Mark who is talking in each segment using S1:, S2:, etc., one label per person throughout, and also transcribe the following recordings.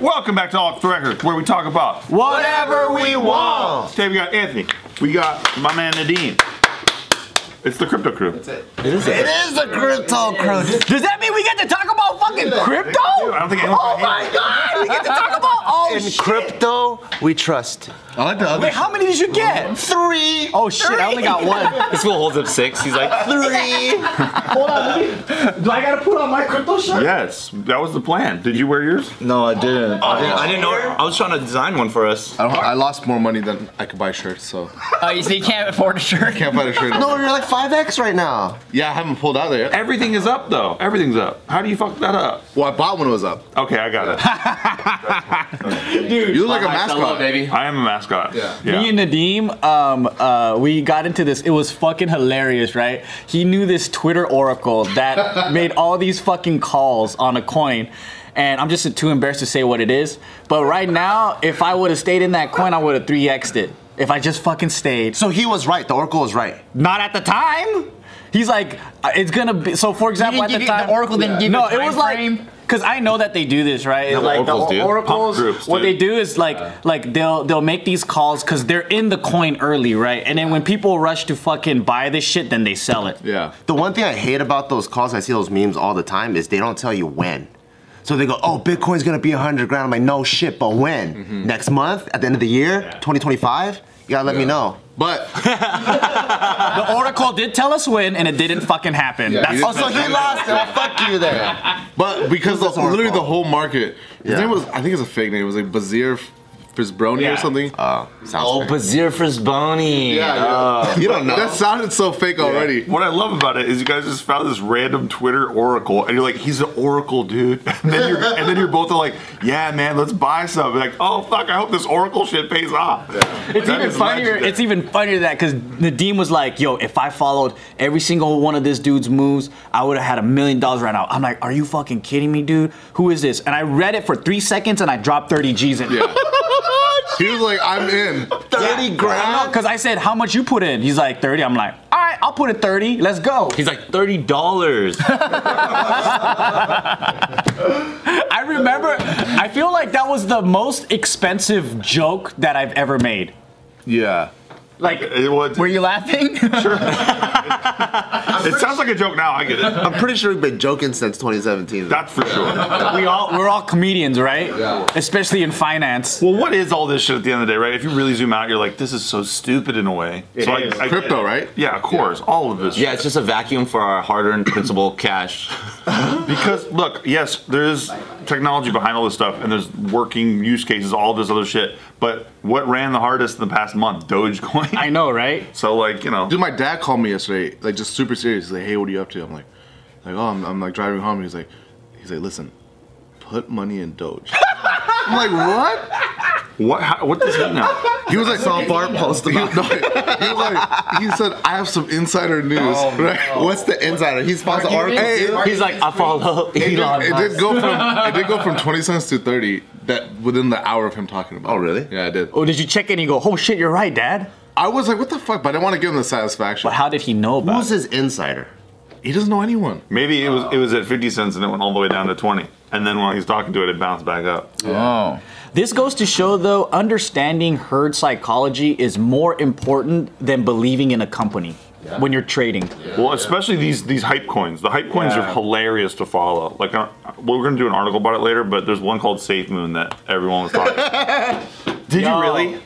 S1: Welcome back to Off the Record, where we talk about
S2: Whatever we want.
S1: Today we got Anthony. We got my man Nadeem. It's the Crypto Crew. That's it.
S2: It is the crypto crew.
S3: Does that mean we get to talk about fucking crypto?
S1: I don't think anyone's
S3: Oh
S1: gonna
S3: my
S1: hate
S3: god, we get to talk about oh
S2: In
S3: shit.
S2: crypto, we trust.
S4: I like the other.
S3: Wait, how many did you get?
S2: Three.
S3: Oh shit, I only got one.
S4: This fool holds up six. He's like,
S2: Three.
S3: Do I gotta put on my crypto shirt?
S1: Yes, that was the plan. Did you wear yours?
S2: No, I didn't.
S4: I didn't, I didn't know. I was trying to design one for us. I, don't, I lost more money than I could buy shirts, so
S5: Oh, you see, you can't afford a shirt.
S4: can't buy a shirt.
S2: No, you're like 5X right now.
S4: Yeah, I haven't pulled out there. yet.
S1: Everything is up though. Everything's up. How do you fuck that up?
S4: Well, I bought when it was up.
S1: Okay, I got it.
S4: You look like a mascot,
S5: baby.
S1: I am a mascot.
S4: Yeah.
S3: Me and Nadeem, um, uh, we got into this. It was fucking hilarious, right? He knew this Twitter oracle that made all these fucking calls on a coin. And I'm just too embarrassed to say what it is. But right now, if I would have stayed in that coin, I would have 3X'd it. If I just fucking stayed.
S2: So he was right. The Oracle was right.
S3: Not at the time. He's like, uh, it's gonna be. So for example,
S5: didn't
S3: at
S5: give
S3: the
S5: you-
S3: time,
S5: the Oracle didn't give
S3: No,
S5: you a
S3: it was
S5: time frame?
S3: like, because I know that they do this, right? It's like
S1: Oracles do.
S3: the Oracles,
S1: Pump groups
S3: what
S1: do.
S3: they do is like, like they'll they'll make these calls because they're in the coin early, right? And then when people rush to fucking buy this shit, then they sell it.
S4: Yeah.
S2: The one thing I hate about those calls, I see those memes all the time, is they don't tell you when. So they go, oh, Bitcoin's gonna be 100 grand. I'm like, no shit, but when? Next month? At the end of the year? 2025? You gotta let me know.
S4: But
S3: The Oracle did tell us when, and it didn't fucking happen.
S4: Yeah,
S3: That's
S4: he
S2: Oh, so
S3: also
S2: he lost it. Fuck you there.
S4: but because the,
S2: That's our
S4: literally the
S2: fault.
S4: whole market. His
S2: Yeah.
S4: name was I think it's a fake name. It was like Bazir Frisbroni
S1: Yeah.
S4: or something.
S2: Oh, sounds
S6: Oh,
S2: fair.
S6: Bazir Frisboni.
S4: yeah, yeah.
S6: you don't know.
S4: That sounded so fake already.
S1: What I love about it is you guys just found this random Twitter oracle, and you're like, "He's an oracle, dude." And then you're, and then you're both like, "Yeah, man, let's buy some." Like, oh fuck, I hope this oracle shit pays off.
S3: It's
S1: That
S3: even
S1: is
S3: funnier.
S1: legendary.
S3: It's even funnier that because Nadeem was like, "Yo, if I followed every single one of this dude's moves, I would have had a million dollars right now." I'm like, "Are you fucking kidding me, dude? Who is this?" And I read it for three seconds, and I dropped thirty G's in. it.
S4: Yeah. he was like, I'm in.
S2: 30 grand?
S3: Because I said, "How much you put in?" He's like, 30 I'm like, "All right, I'll put in 30 Let's go."
S6: He's like thirty dollars.
S3: I remember. I feel like that was the most expensive joke that I've ever made.
S4: Yeah.
S3: Like,
S1: It, was-
S5: Were you laughing?
S1: it sounds like a joke now. I get it.
S2: I'm pretty sure we've been joking since 2017. though.
S1: That's for sure.
S3: we all we're all comedians, right? Yeah. Especially in finance.
S1: Well, what is all this shit at the end of the day, right? If you really zoom out, you're like, "This is so stupid in a way." so I- I-
S4: Crypto, right?
S1: Yeah, of course, all of this.
S6: yeah, it's just a vacuum for our hard-earned principal cash.
S1: Because look, yes, there's technology behind all this stuff, and there's working use cases, all this other shit. But what ran the hardest in the past month? Dogecoin.
S3: I know, right?
S1: so like you know,
S4: Dude, my dad called me yesterday, like just super serious. He's like, "Hey, what are you up to?" I'm like, "Like, oh, I'm, I'm like driving home." He's like, "He's like, listen, put money in Doge." I'm like, "What?"
S1: what how, what does he know?
S4: He was like, "Saw Bart post about." He, no, he was like, "He said I have some insider news." right?
S2: What's the insider? He's sponsored Oracle.
S4: Hey,
S2: too?
S6: He's like, I follow
S4: It, did,
S6: Elon
S4: it
S6: Musk.
S4: did go from it did go from 20 cents to 30 that within the hour of him talking about.
S2: Oh,
S4: it.
S2: really?
S4: Yeah, I did.
S3: Or did you check in and you go, oh shit, you're right, dad?
S4: I was like, "What the fuck?" But I didn't want to give him the satisfaction.
S3: But how did he know about
S2: Who's
S3: it?
S2: his insider?
S4: He doesn't know anyone.
S1: Maybe it was it was at fifty cents and it went all the way down to twenty, and then while he's talking to it, it bounced back up.
S5: Oh.
S3: This goes to show, though, understanding herd psychology is more important than believing in a company when you're trading.
S1: Well, especially these these hype coins. The hype coins are
S3: Yeah.
S1: hilarious to follow. Like uh, we're gonna do an article about it later, but there's one called Safe Moon that everyone was talking. Did
S3: Yo.
S1: you really?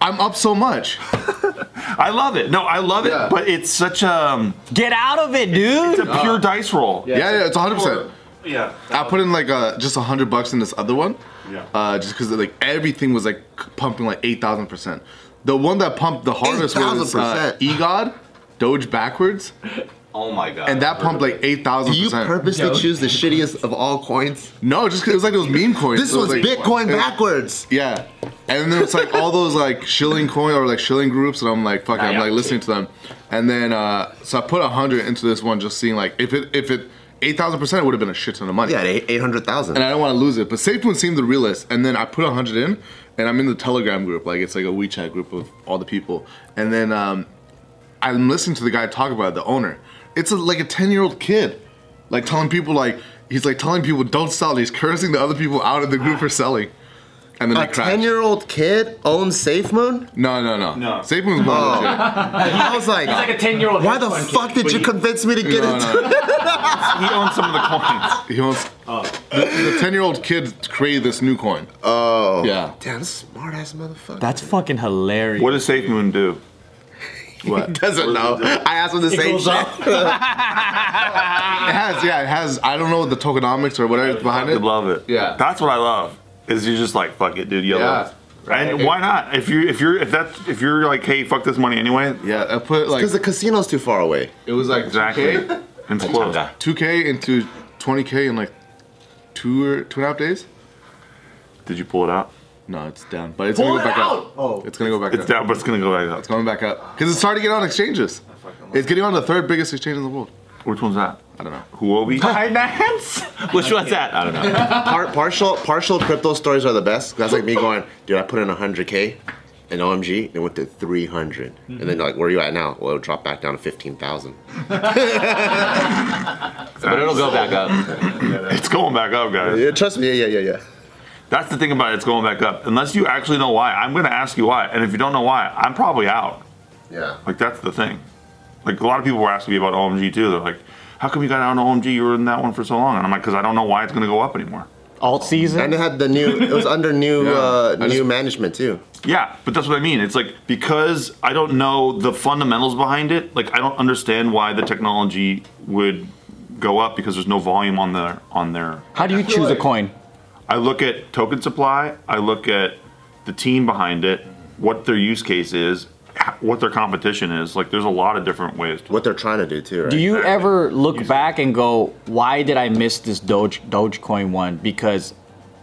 S4: I'm up so much.
S1: I love it. No, I love
S4: Yeah.
S1: it, but it's such um,
S3: Get out of it,
S1: it's a
S3: dude.
S1: pure dice roll.
S4: Yeah, yeah, it's 100. percent
S1: Yeah.
S4: I put in like uh, just a hundred bucks in this other one.
S1: Yeah.
S4: Uh, just because like everything was like c- pumping like eight thousand percent. The one that pumped the hardest was uh,
S2: 8,000%.
S4: EGOD, Doge backwards,
S6: Oh my god.
S4: and that pumped like eight thousand
S2: Do you
S4: percent.
S2: purposely choose the shittiest of all coins?
S4: No, just 'cause it was like those meme coins.
S2: This
S4: It
S2: was
S4: like-
S2: Bitcoin
S4: it-
S2: backwards.
S4: Yeah, and then it's like all those like shilling coin or like shilling groups, and I'm like, fuck, it, I'm like listening to them, and then uh, so I put a hundred into this one, just seeing like if it if it eight thousand percent would have been a shit ton of money.
S2: Yeah, eight hundred thousand.
S4: and I don't want to lose it. But SafeMoon seemed the realest, and then I put 100 in, and I'm in the Telegram group, like it's like a WeChat group of all the people, and then um, I'm listening to the guy talk about it, the owner. It's a, like a 10 year old kid, like telling people like he's like telling people don't sell. He's cursing the other people out of the group for selling, and then
S2: A
S4: they crash.
S2: ten-year-old kid owns SafeMoon.
S4: no, no, no,
S6: No.
S4: Safe Moon's
S2: Oh.
S4: more legit.
S2: I was like,
S7: like a 10 year old.
S2: why the fuck did you convince me to get
S4: No,
S2: into
S4: no.
S2: it?
S1: He owns some of the coins.
S4: He wants the ten-year-old kid created this new coin. Oh, yeah.
S2: Damn, this smart ass motherfucker.
S3: That's fucking hilarious.
S1: What does Safe Moon do?
S4: What?
S2: doesn't know. I asked him the same
S7: goes
S2: shit.
S4: It has, yeah, it has. I don't know the tokenomics or whatever is behind
S1: I
S4: it.
S1: love it.
S4: Yeah.
S1: That's what I love. Is you're just like fuck it, dude. Yellow.
S4: Yeah.
S1: And why not? If you if you're if that's if you're like hey fuck this money anyway.
S4: Yeah, I put like
S2: Because the casino's too far away.
S4: it was like
S1: Exactly.
S4: 2K,
S1: And it's close.
S6: Tanga.
S4: 2K into 20K in like two or two and a half days.
S1: Did you pull it out?
S4: No, it's down, but it's
S7: Pull
S4: gonna go
S7: it
S4: back up.
S7: out!
S4: Oh, it's gonna go back
S1: It's
S4: up.
S1: down, but it's gonna go back
S4: It's
S1: up.
S4: going back up because it's starting to get on exchanges. It's getting on the third biggest exchange in the world.
S1: Which one's that?
S4: I don't know.
S1: Huobi.
S6: Which one's that? I don't know.
S2: Par- partial partial crypto stories are the best. That's like me going, dude, I put in 100K in OMG and it went to 300. And then, like, where are you at now? Well, it'll drop back down to 15,000.
S6: But it'll go back up.
S1: It's going back up, guys.
S2: Yeah, trust me. Yeah, yeah, yeah, yeah.
S1: That's the thing about it, it's going back up. Unless you actually know why, I'm gonna ask you why. And if you don't know why, I'm probably out.
S2: Yeah.
S1: Like that's the thing. Like a lot of people were asking me about OMG too. They're like, how come you got out on OMG? You were in that one for so long. And I'm like, because I don't know why it's gonna go up anymore.
S3: Alt season?
S2: And it had the new, it was under new uh,
S4: I
S2: new
S4: just-
S2: management too.
S1: Yeah, but that's what I mean. It's like because I don't know the fundamentals behind it. Like I don't understand why the technology would go up because there's no volume on their on their
S3: How do you choose a coin?
S1: I look at token supply. I look at the team behind it, what their use case is, h- what their competition is. Like, there's a lot of different ways. To,
S2: What they're trying to do too, right?
S3: Do you ever look back and go, why did I miss this Doge Dogecoin one? Because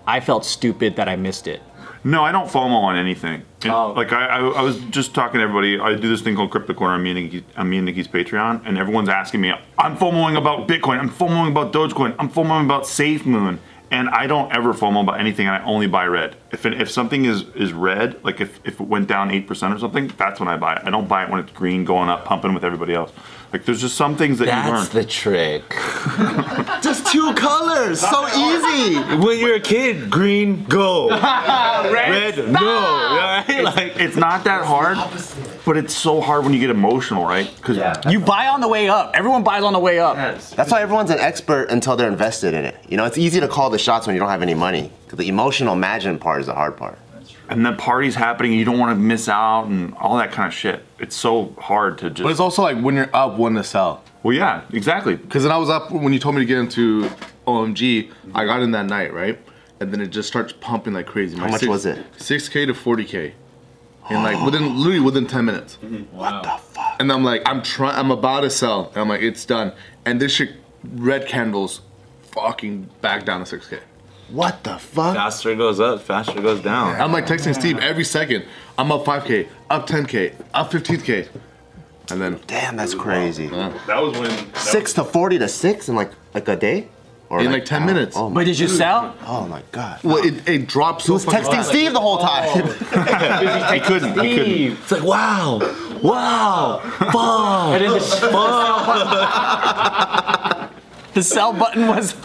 S3: I felt stupid that I missed it.
S1: no, I don't FOMO on anything. And,
S3: Oh.
S1: Like, I, I, I was just talking to everybody. I do this thing called Crypto Corner. I'm me and Nikki- I'm me and Nikki's Patreon, and everyone's asking me, I'm FOMOing about Bitcoin. I'm FOMOing about Dogecoin. I'm FOMOing about SafeMoon. And I don't ever FOMO about anything, and I only buy red. If it, if something is, is red, like if, if it went down 8% or something, that's when I buy it. I don't buy it when it's green, going up, pumping with everybody else. Like, there's just some things that you learn.
S6: That's the trick.
S2: Just two colors, so easy.
S6: When you're a kid, green, go. Red, no. All right? Like,
S1: it's not that hard, but it's so hard when you get emotional, right? Because
S3: You buy on the way up. Everyone buys on the way up.
S2: That's why everyone's an expert until they're invested in it. You know, it's easy to call the shots when you don't have any money. 'Cause The emotional imagine part is the hard part.
S1: and the party's happening, you don't want to miss out and all that kind of shit. It's so hard to
S4: But it's
S1: just.
S4: also like when you're up, when to sell.
S1: Well, yeah, exactly.
S4: Because then I was up when you told me to get into OMG. I got in that night, right? And then it just starts pumping like crazy. How
S2: much was it?
S4: Six K to forty K. And like within literally within ten minutes. What the fuck? And I'm like, I'm trying I'm about to sell. And I'm like, it's done. And this shit red candles fucking back down to six K.
S2: What the fuck?
S6: faster it goes up, faster it goes down.
S4: I'm like texting Steve every second. I'm up 5K, up 10K, up 15K. And then
S2: Damn, that's crazy.
S1: That was when.
S2: Six to forty to six in like like a day, or
S4: In like 10
S2: oh,
S4: minutes.
S2: Oh my,
S3: But did you sell?
S2: oh my god.
S4: well, it, it drops so
S2: Who's
S4: fucking
S2: texting
S4: fast.
S2: Steve the whole time?
S3: Oh.
S1: I couldn't. I couldn't.
S6: It's like, wow, wow, fuck.
S7: And then the,
S3: The sell button was.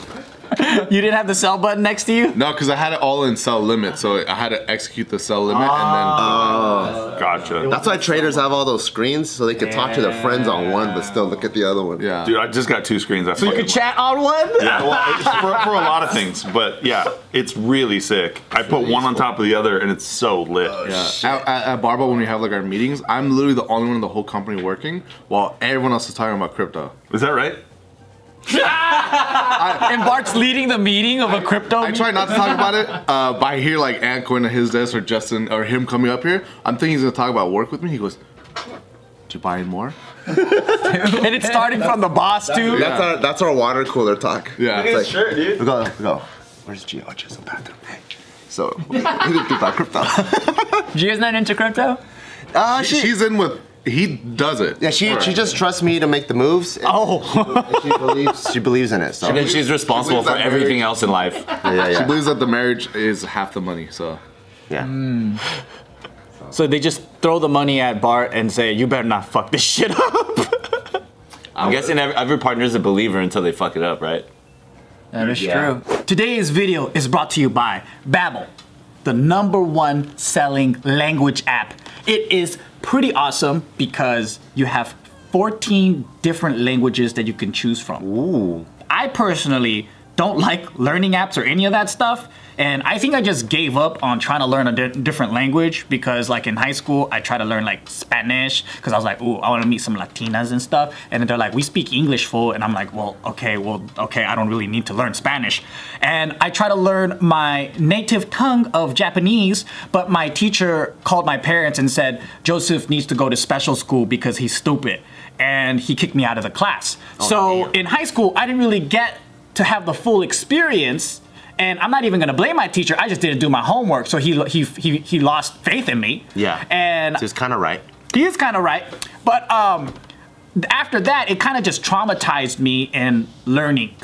S3: you didn't have the sell button next to you?
S4: No, because I had it all in cell limit, so I had to execute the cell limit
S2: Ah.
S4: and
S1: Gotcha.
S2: That's why traders have all those screens so they can talk to their friends on one, but still look at the other one.
S4: then yeah.
S1: Dude, I just got two screens. I so you
S3: Chat on one?
S1: Yeah, well, it's for, for a lot of things, but yeah, it's really sick. I put one on top of the other, and it's so lit.
S6: Oh,
S4: Yeah. At, at, at Barbell, when we have like our meetings, I'm literally the only one in the whole company working, while everyone else is talking about crypto.
S1: Is that right?
S3: And Bart's leading the meeting of a crypto.
S4: I try not to talk about it, uh, but I hear like Ant going to his desk or Justin or him coming up here. I'm thinking he's gonna talk about work with me. He goes, "Did you buy in more?"
S3: meeting. and it's starting from the boss, too.
S2: That's our that's our water cooler talk.
S4: Yeah. Look at
S2: It's like, We go, we go. Where's Gio? Just in the bathroom. Hey. So we can talk crypto.
S3: Gia's not into crypto?
S2: Uh, she,
S4: She's in with he does it.
S2: yeah, she she just trusts me to make the moves. and-
S3: Oh.
S2: and she believes she believes in it. So
S6: And then she's responsible for everything else in life.
S2: yeah,
S4: She
S2: yeah,
S4: believes that the marriage is half the money. So
S2: yeah.
S3: so they just throw the money at Bart and say, you better not fuck this shit up.
S6: I'm guessing every, every partner is a believer until they fuck it up, right?
S3: That is true. Today's video is brought to you by Babbel, the number one selling language app. It is pretty awesome because you have 14 different languages that you can choose from. Ooh. I personally don't like learning apps or any of that stuff. And I think I just gave up on trying to learn a di- different language because, like, in high school, I tried to learn like Spanish because I was like, "Ooh, I want to meet some Latinas and stuff." And then they're like, "We speak English, full," and I'm like, "Well, okay, well, okay, I don't really need to learn Spanish." And I try to learn my native tongue of Japanese, but my teacher called my parents and said Joseph needs to go to special school because he's stupid, and he kicked me out of the class.
S2: Oh,
S3: so in high school, I didn't really get to have the full experience. And I'm not even gonna blame my teacher. I just didn't do my homework, so he he he, he lost faith in me.
S2: Yeah.
S3: And
S2: So it's kind of right.
S3: he is kind of right, but um, after that, it kind of just traumatized me in learning,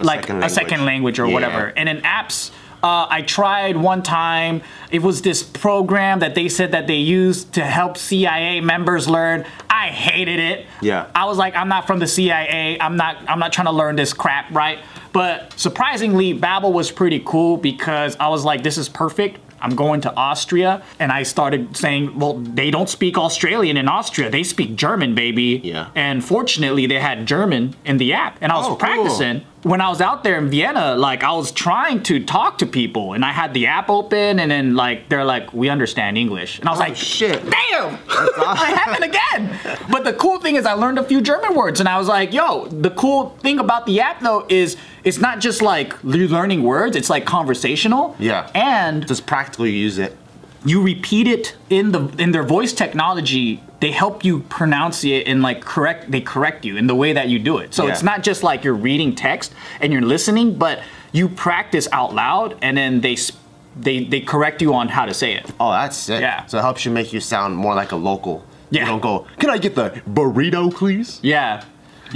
S3: like
S2: second
S3: a
S2: language.
S3: second language or
S2: Yeah.
S3: whatever. And in apps, uh, I tried one time. It was this program that they said that they used to help CIA members learn. I hated it.
S2: Yeah.
S3: I was like, I'm not from the CIA. I'm not. I'm not trying to learn this crap, right? But surprisingly, Babbel was pretty cool because I was like, this is perfect. I'm going to Austria, and I started saying, well, they don't speak Australian in Austria. They speak German, baby.
S2: Yeah.
S3: And fortunately, they had German in the app, and I was
S2: Oh, cool.
S3: practicing. When I was out there in Vienna, like I was trying to talk to people, and I had the app open, and then like they're like, "We understand English," and I was like,
S2: Oh, shit.
S3: damn, it happened again. But the cool thing is, I learned a few German words, and I was like, yo, the cool thing about the app though is it's not just like you learning words; it's like conversational.
S2: Yeah.
S3: and
S2: Just practically use it.
S3: you repeat it in the in their voice technology they help you pronounce it and like correct they correct you in the way that you do it so
S2: Yeah.
S3: it's not just like you're reading text and you're listening but you practice out loud and then they sp- they they correct you on how to say it
S2: Oh, that's sick.
S3: Yeah.
S2: So it helps you make you sound more like a local.
S3: Yeah.
S2: You don't go, can I get the burrito, please?
S3: yeah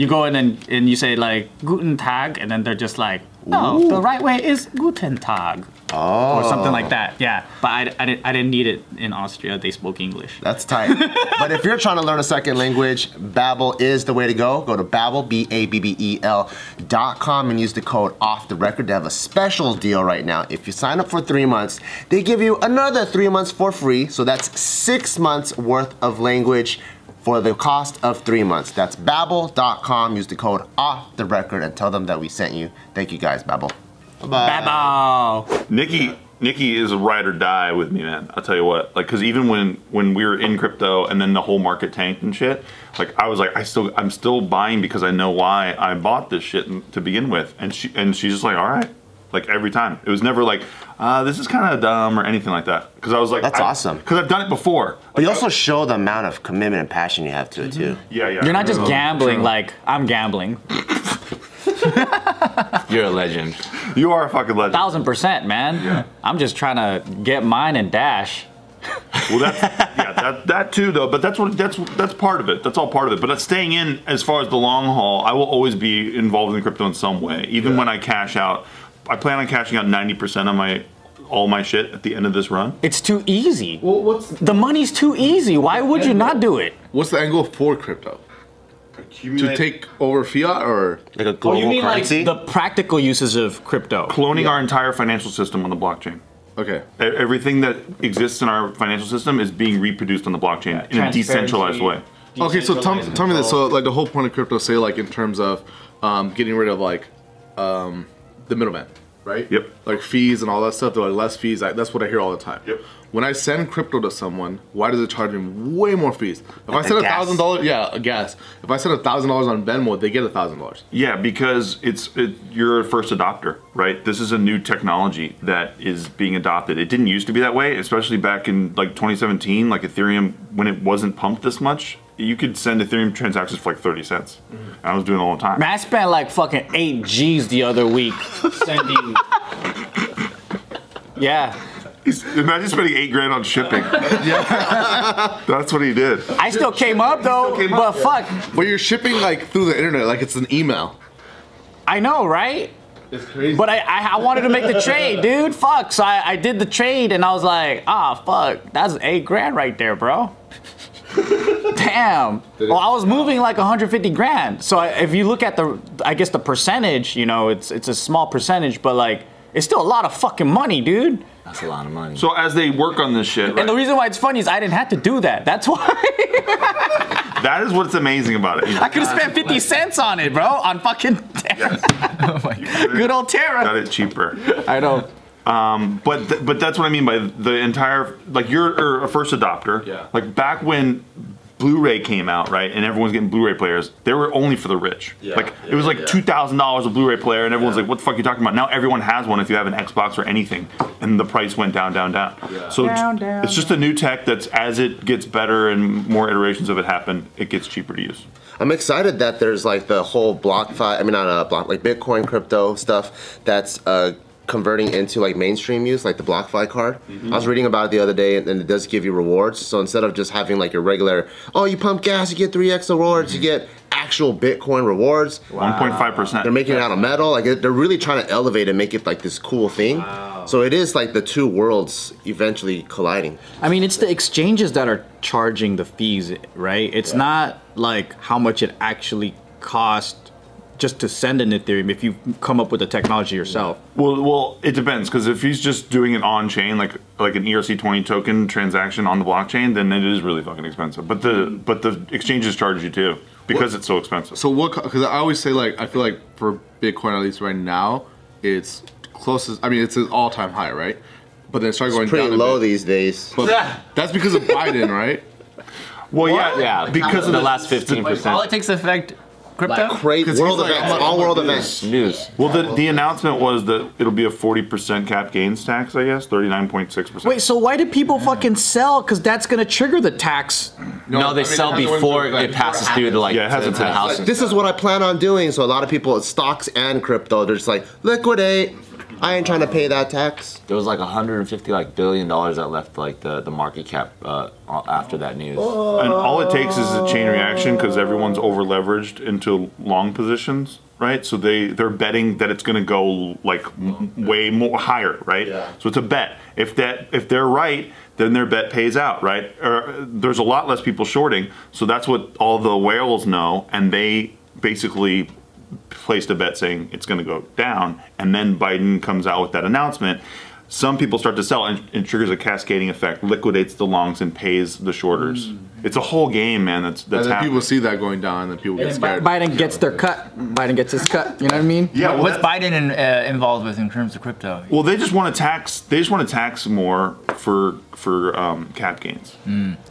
S3: you go in and, and you say like guten tag and then they're just like no the right way is guten tag oh. or something like that yeah but I, I, didn't, I didn't need it in austria they spoke english
S2: That's tight. but if you're trying to learn a second language, Babbel is the way to go. Go to Babbel, B-A-B-B-E-L E dot com and use the code off the record. They have a special deal right now. If you sign up for three months, they give you another three months for free. So that's six months worth of language for the cost of three months. That's Babbel.com. Use the code off the record and tell them that we sent you. Thank you guys, Babbel. Bye-bye.
S3: Babbel.
S1: Nikki, Nikki is ride or die with me, man. I'll tell you what. Like, cause even when when we were in crypto and then the whole market tanked and shit, like I was like, I still I'm still buying because I know why I bought this shit to begin with. And she and she's just like, all right. Like every time, it was never like, uh, this is kind of dumb or anything like that. Because I was like,
S2: That's
S1: I-
S2: awesome.
S1: Because I've done it before.
S2: But you also show the amount of commitment and passion you have to it too.
S1: Yeah, yeah.
S3: You're not just
S1: Yeah.
S3: gambling like I'm gambling.
S6: You're a legend.
S1: You are a fucking legend.
S3: Thousand percent, man.
S1: Yeah.
S3: I'm just trying to get mine and dash.
S1: Well, that's yeah, that that too though. But that's what that's that's part of it. That's all part of it. But that's staying in as far as the long haul. I will always be involved in crypto in some way. Even when I cash out, I plan on cashing out ninety percent of my all my shit at the end of this run.
S3: It's too easy.
S4: Well, what's
S3: The money's too easy. Why would you not do it?
S4: what's the angle for crypto? To take over fiat or
S2: Like a global currency.
S3: the practical uses of crypto?
S1: Cloning our entire financial system on the blockchain.
S4: okay?
S1: E- Everything that exists in our financial system is being reproduced on the blockchain in a decentralized way.
S4: Okay, so tell, tell me this. So like the whole point of crypto, say like in terms of um, getting rid of like um, the middleman, right?
S1: Yep.
S4: Like fees and all that stuff. They're like less fees. I, that's what I hear all the time.
S1: Yep.
S4: When I send crypto to someone, why does it charge me way more fees? If I send a
S2: gas.
S4: thousand dollars, yeah, a gas. If I send a thousand dollars on Venmo, they get a thousand dollars.
S1: Yeah, because it's it, you're a first adopter, right? This is a new technology that is being adopted. It didn't used to be that way, especially back in like 2017, like Ethereum when it wasn't pumped this much. You could send Ethereum transactions for like 30 cents. I was doing it all the time.
S3: Man, I spent like fucking eight G's the other week sending. yeah,
S1: Imagine spending eight grand on shipping. that's what he did.
S3: I still came up though.
S1: came up,
S3: but fuck,
S4: But you're shipping like through the internet, like it's an email.
S3: I know, right?
S4: It's crazy.
S3: But I, I, I wanted to make the trade, dude. Fuck. So I, I did the trade and I was like, ah, fuck. That's eight grand right there, bro. Damn.
S4: Did it-
S3: Well, I was moving like 150 grand. So I, if you look at the, I guess the percentage, you know, it's it's a small percentage, but like it's still a lot of fucking money, dude.
S7: That's a lot of money.
S1: So as they work on this shit, right,
S3: And the reason why it's funny is I didn't have to do that. That's why
S1: that is what's amazing about it.
S3: I could have spent 50 cents on it, bro, on fucking oh my God. good old
S1: Got
S3: Terra.
S1: it cheaper.
S3: I know.
S1: But th- but that's what I mean by the entire like you're you're a first adopter.
S7: Yeah.
S1: Like back when Blu-ray came out, right, and everyone's getting Blu-ray players, they were only for the rich.
S7: Yeah,
S1: like
S7: yeah,
S1: it was like
S7: yeah.
S1: two thousand dollars a Blu-ray player, and everyone's
S7: Yeah.
S1: like, "What the fuck are you talking about?" Now everyone has one if you have an Xbox or anything, and the price went down, down, down.
S7: Yeah.
S1: So it's, it's just a new tech that's as it gets better and more iterations of it happen, it gets cheaper to use.
S2: I'm excited that there's like the whole BlockFi, I mean, not a block, like Bitcoin crypto stuff that's uh, converting into like mainstream use, like the BlockFi card. I was reading about it the other day, and, and it does give you rewards. So instead of just having like your regular, oh, you pump gas, you get 3x rewards, you get actual Bitcoin rewards.
S1: One point five percent.
S2: They're making it out of metal. Like they're really trying to elevate and make it like this cool thing. So it is like the two worlds eventually colliding.
S3: I mean, it's the exchanges that are charging the fees, right? It's not like how much it actually cost just to send an Ethereum if you come up with the technology yourself.
S1: Well, well, it depends because if he's just doing it on chain, like like an ERC twenty token transaction on the blockchain, then it is really fucking expensive. But the but the exchanges charge you too because it's so expensive.
S4: So what? Because I always say like I feel like for Bitcoin at least right now, it's closest. I mean, it's an all-time high, right? But then it started going
S2: Pretty
S4: down a
S2: low
S4: bit.
S2: these days.
S4: But that's because of Biden, right?
S1: well, yeah,
S7: Yeah, like
S1: because of the
S7: last fifteen percent.
S5: Politics affect crypto?
S2: Great
S4: 'Cause
S2: world
S4: he's like,
S2: events,
S4: I'm-
S2: all
S4: I'm
S2: world
S4: doing
S2: events.
S7: News.
S1: Well, the, the announcement was that it'll be a forty percent cap gains tax. I guess thirty nine point six percent.
S3: Wait, so why do people fucking sell? Because that's gonna trigger the tax.
S7: No, they
S4: I mean,
S7: sell
S4: that's the one
S7: before
S4: thing, like,
S7: it passes through the like
S1: Yeah, it hasn't
S7: to the
S1: passed.
S7: house.
S2: Like, this is what I plan on doing. So a lot of people, stocks and crypto, they're just like liquidate. I ain't trying to pay that tax.
S7: There was like 150 like billion dollars that left like the, the market cap uh, after that news.
S1: And all it takes is a chain reaction because everyone's over leveraged into long positions, right? So they they're betting that it's going to go like m- way more higher, right? So it's a bet. If that if they're right, then their bet pays out, right? Or, uh, there's a lot less people shorting, so that's what all the whales know, and they basically placed a bet saying it's going to go down, and then Biden comes out with that announcement. Some people start to sell, and it triggers a cascading effect, liquidates the longs and pays the shorters. It's a whole game, man. That's that's
S4: Hmm. And then
S1: happening.
S4: people see that going down, and then people get scared.
S3: Biden gets their cut. Biden gets his cut. You know what I mean?
S1: yeah, well,
S5: What's
S1: that's-
S5: Biden in, uh, involved with in terms of crypto?
S1: well, they just want to tax. They just want to tax more for for um, cap gains.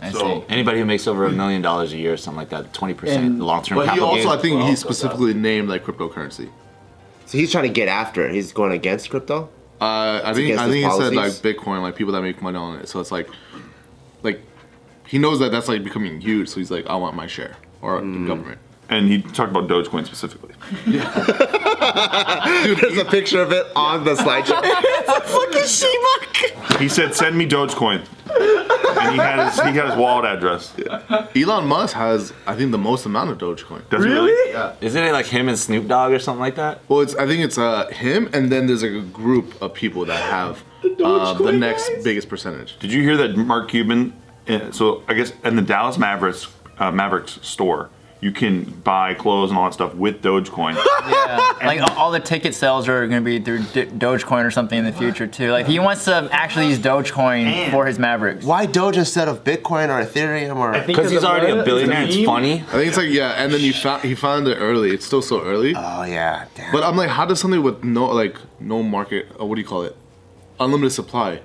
S5: I
S1: so-
S7: Anybody who makes over a million dollars a year or something like that, 20%
S3: And-
S7: long term
S4: But he
S7: capital
S4: also, I
S7: gains.
S4: think, he specifically named like cryptocurrency.
S2: So he's trying to get after it. He's going against crypto.
S4: Uh, I think
S2: against
S4: I
S2: his
S4: think he said like
S2: policies.
S4: Bitcoin, like people that make money on it. So it's like, like he knows that that's like becoming huge. So he's like, I want my share or
S2: Hmm.
S4: the government.
S1: And he talked about Dogecoin specifically.
S2: There's a picture of it on the slideshow.
S1: He said, "Send me Dogecoin," and he had his he had his wallet address.
S4: Elon Musk has, I think, the most amount of Dogecoin.
S1: Does he really?
S7: Isn't it like him and Snoop Dogg or something like that?
S4: Well, it's I think it's uh, him, and then there's like a group of people that have uh, the next biggest percentage.
S1: Did you hear that Mark Cuban? uh, So I guess in the Dallas Mavericks uh, Mavericks store, you can buy clothes and all that stuff with Dogecoin.
S5: Like all- all the ticket sales are going to be through D- Dogecoin or something in the future too. Like he wants to actually use Dogecoin for his Mavericks.
S2: Why Doge instead of Bitcoin or Ethereum or?
S7: Because he's already a billionaire. It's funny.
S4: I think it's like yeah, and then you found he found it early. It's still so early.
S2: Oh yeah, damn.
S4: But I'm like, how does something with no like no market? Or what do you call it? Unlimited supply.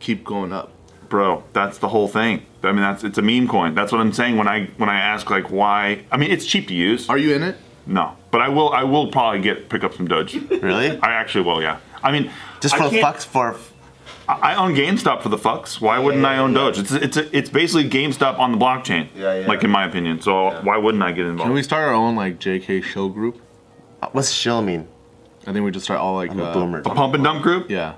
S4: Keep going up.
S1: Bro, that's the whole thing. I mean, that's it's a meme coin. That's what I'm saying when I when I ask like why. I mean, it's cheap to use.
S4: Are you in it?
S1: No, but I will I will probably get pick up some Doge.
S2: Really?
S1: I actually will. Yeah. I mean, I
S2: Just for the
S1: can't-
S2: fucks for.
S1: I I own GameStop for the fucks. Why wouldn't I own Doge? It's it's it's basically GameStop on the blockchain.
S2: Yeah, yeah.
S1: Like in my opinion. So why wouldn't I get involved?
S4: Can we start our own like JK show group?
S2: uh, What's shill mean?
S4: I think we just start all like
S2: I'm a
S4: uh,
S2: boomer.
S1: a pump and dump group?
S4: Yeah.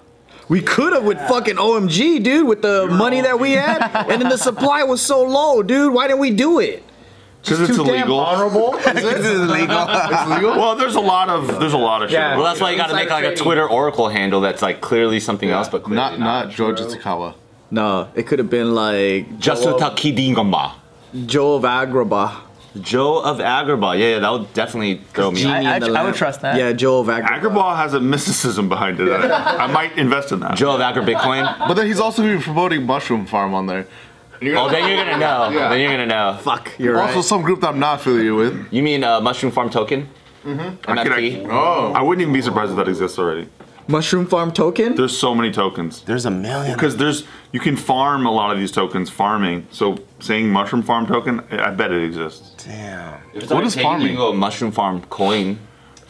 S3: We could have with fucking OMG, dude, with the money that we had, and then the supply was so low, dude. Why didn't we do it?
S1: Because it's illegal.
S2: this is illegal.
S1: Well, there's a lot of there's a lot of shit.
S7: Well, that's why you got to make like a Twitter Oracle handle that's like clearly something else, but clearly
S4: Not not George Tsukawa.
S3: No, it could have been like
S7: Jasu
S3: Joe of,
S7: Takidingamba.
S3: Joe of Agrabah.
S7: Joe of Agrabah. Yeah, yeah, that would definitely throw me.
S5: I-
S3: Genie
S5: I-
S3: in the
S5: I would
S3: Lamp.
S5: trust that.
S3: Yeah, Joe of Agrabah.
S1: Agrabah has a mysticism behind it. I, I might invest in that.
S7: Joe of Agra Bitcoin.
S4: But then he's also gonna be promoting Mushroom Farm on there.
S7: oh, then you're gonna know.
S4: Yeah.
S7: Then you're gonna know.
S3: Fuck, you're
S4: Also,
S3: right.
S4: some group that I'm not affiliated with.
S7: You mean uh, Mushroom Farm Token?
S1: I, could
S7: MFT.
S1: act- I wouldn't even be surprised if that exists already.
S3: Mushroom Farm Token.
S1: There's so many tokens.
S2: There's a million.
S1: Because there's you can farm a lot of these tokens farming. So saying mushroom farm token, I I bet it exists.
S2: Damn.
S4: What is farming?
S7: You can go Mushroom Farm Coin.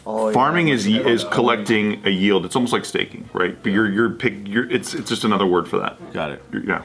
S3: Oh,
S1: Farming is ye- is collecting a yield. It's almost like staking, right? But you're you're pick you're it's it's just another word for that.
S3: Got it.
S1: You're- yeah.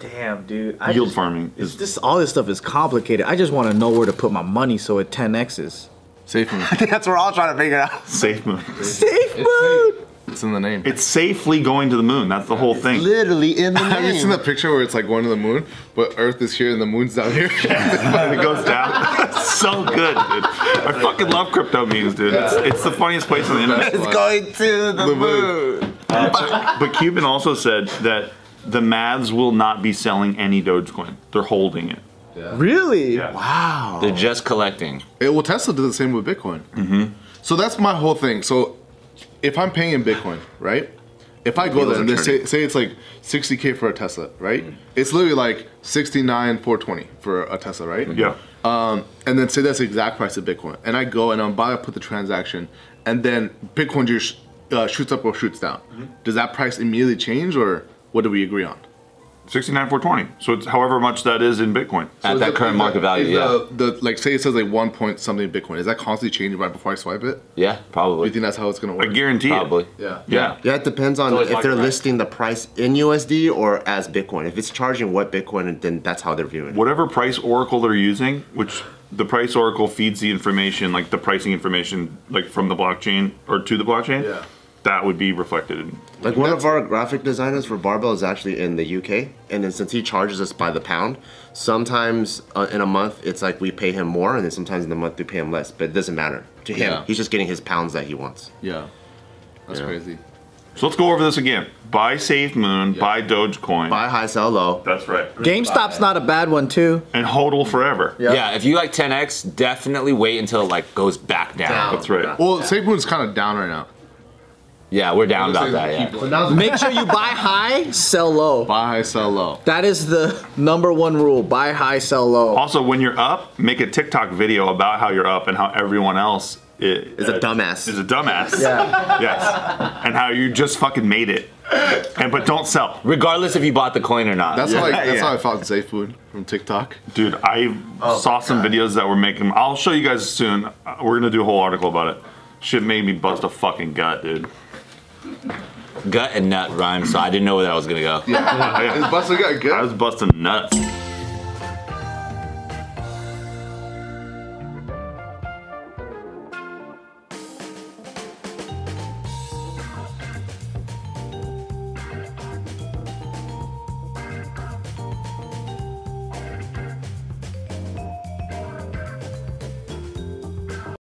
S3: Damn, dude. I
S1: Yield
S3: just-
S1: farming
S3: It's
S1: is
S3: this all this stuff is complicated. I just want to know where to put my money so it 10x's.
S4: Safe Moon.
S2: That's what we're all trying to figure out.
S1: safe moon.
S3: Safe mood.
S4: It's in the name.
S1: It's safely going to the moon. That's the whole thing.
S2: Literally in the
S4: Have you seen
S2: name.
S4: that picture where it's like going to the moon, but Earth is here and the moon's down here?
S1: it goes down. so good, dude. I fucking love crypto memes, dude. It's, it's the funniest place on the internet.
S2: It's going to the,
S4: The moon.
S2: moon.
S1: But Cuban also said that the Mavs will not be selling any Dogecoin. They're holding it.
S3: Really?
S7: They're just collecting.
S4: It, well, Tesla did the same with Bitcoin. So that's my whole thing. So if I'm paying in Bitcoin, right? If I go there and they say, say it's like 60K for a Tesla, right? It's literally like 69, 420 for a Tesla, right?
S1: Yeah.
S4: Um, and then say that's the exact price of Bitcoin. And I go and I'm about to put the transaction, and then Bitcoin just uh, shoots up or shoots down. Does that price immediately change, or what do we agree on?
S1: 69420. So it's however much that is in Bitcoin.
S7: At
S4: So
S7: that
S4: is the-
S7: current
S4: is
S7: market
S4: the-
S7: value,
S4: is
S7: yeah.
S4: The, the- like, say it says like one point something Bitcoin. Is that constantly changing right before I swipe it?
S7: Yeah,
S4: You
S7: probably.
S4: think that's how it's gonna
S1: I
S4: work?
S1: guarantee it.
S7: Probably.
S4: Yeah.
S1: Yeah.
S2: Yeah, it depends on
S7: So it's
S2: if
S7: like
S2: they're
S7: price.
S2: listing the price in USD or as Bitcoin. If it's charging what Bitcoin, then that's how they're viewing. it.
S1: Whatever price oracle they're using, which the price oracle feeds the information, like the pricing information, like from the blockchain or to the blockchain,
S4: Yeah.
S1: that would be reflected in.
S2: Like one of our graphic designers for Barbell is actually in the UK, and then since he charges us by the pound, sometimes uh, in a month it's like we pay him more, and then sometimes in the month we pay him less. But it doesn't matter to him.
S4: Yeah.
S2: He's just getting his pounds that he wants.
S4: Yeah. That's crazy.
S1: So let's go over this again. Buy SafeMoon, buy Dogecoin.
S2: Buy high, sell low.
S1: That's right.
S3: GameStop's not a bad one too.
S1: And hodl forever.
S7: Yeah. if you like 10x, definitely wait until it like goes back down.
S2: Down.
S1: That's right.
S4: Well, Safe Moon's kind of down right now.
S7: Yeah, we're down about
S4: Looks
S7: that.
S4: like
S7: Yeah.
S4: it's
S2: So
S4: keep-
S2: now's
S3: Make sure you buy high, sell low.
S4: Buy high, sell low.
S3: That is the number one rule. Buy high, sell low.
S1: Also, when you're up, make a TikTok video about how you're up and how everyone else i-
S2: Is a dumbass.
S1: Is a dumbass.
S3: Yeah.
S1: Yes. And how you just fucking made it. And but don't sell,
S7: Regardless if you bought the coin or not.
S4: That's how I, that's
S1: yeah.
S4: how I found Safe Moon from TikTok.
S1: dude. I
S2: Oh.
S1: saw some videos that were making. I'll show you guys soon. Uh, We're gonna do a whole article about it. Shit made me bust a fucking gut, dude.
S7: Gut and nut rhyme, so I didn't know where that was gonna go.
S4: It's busted got
S1: I
S4: good.
S1: was busting nuts.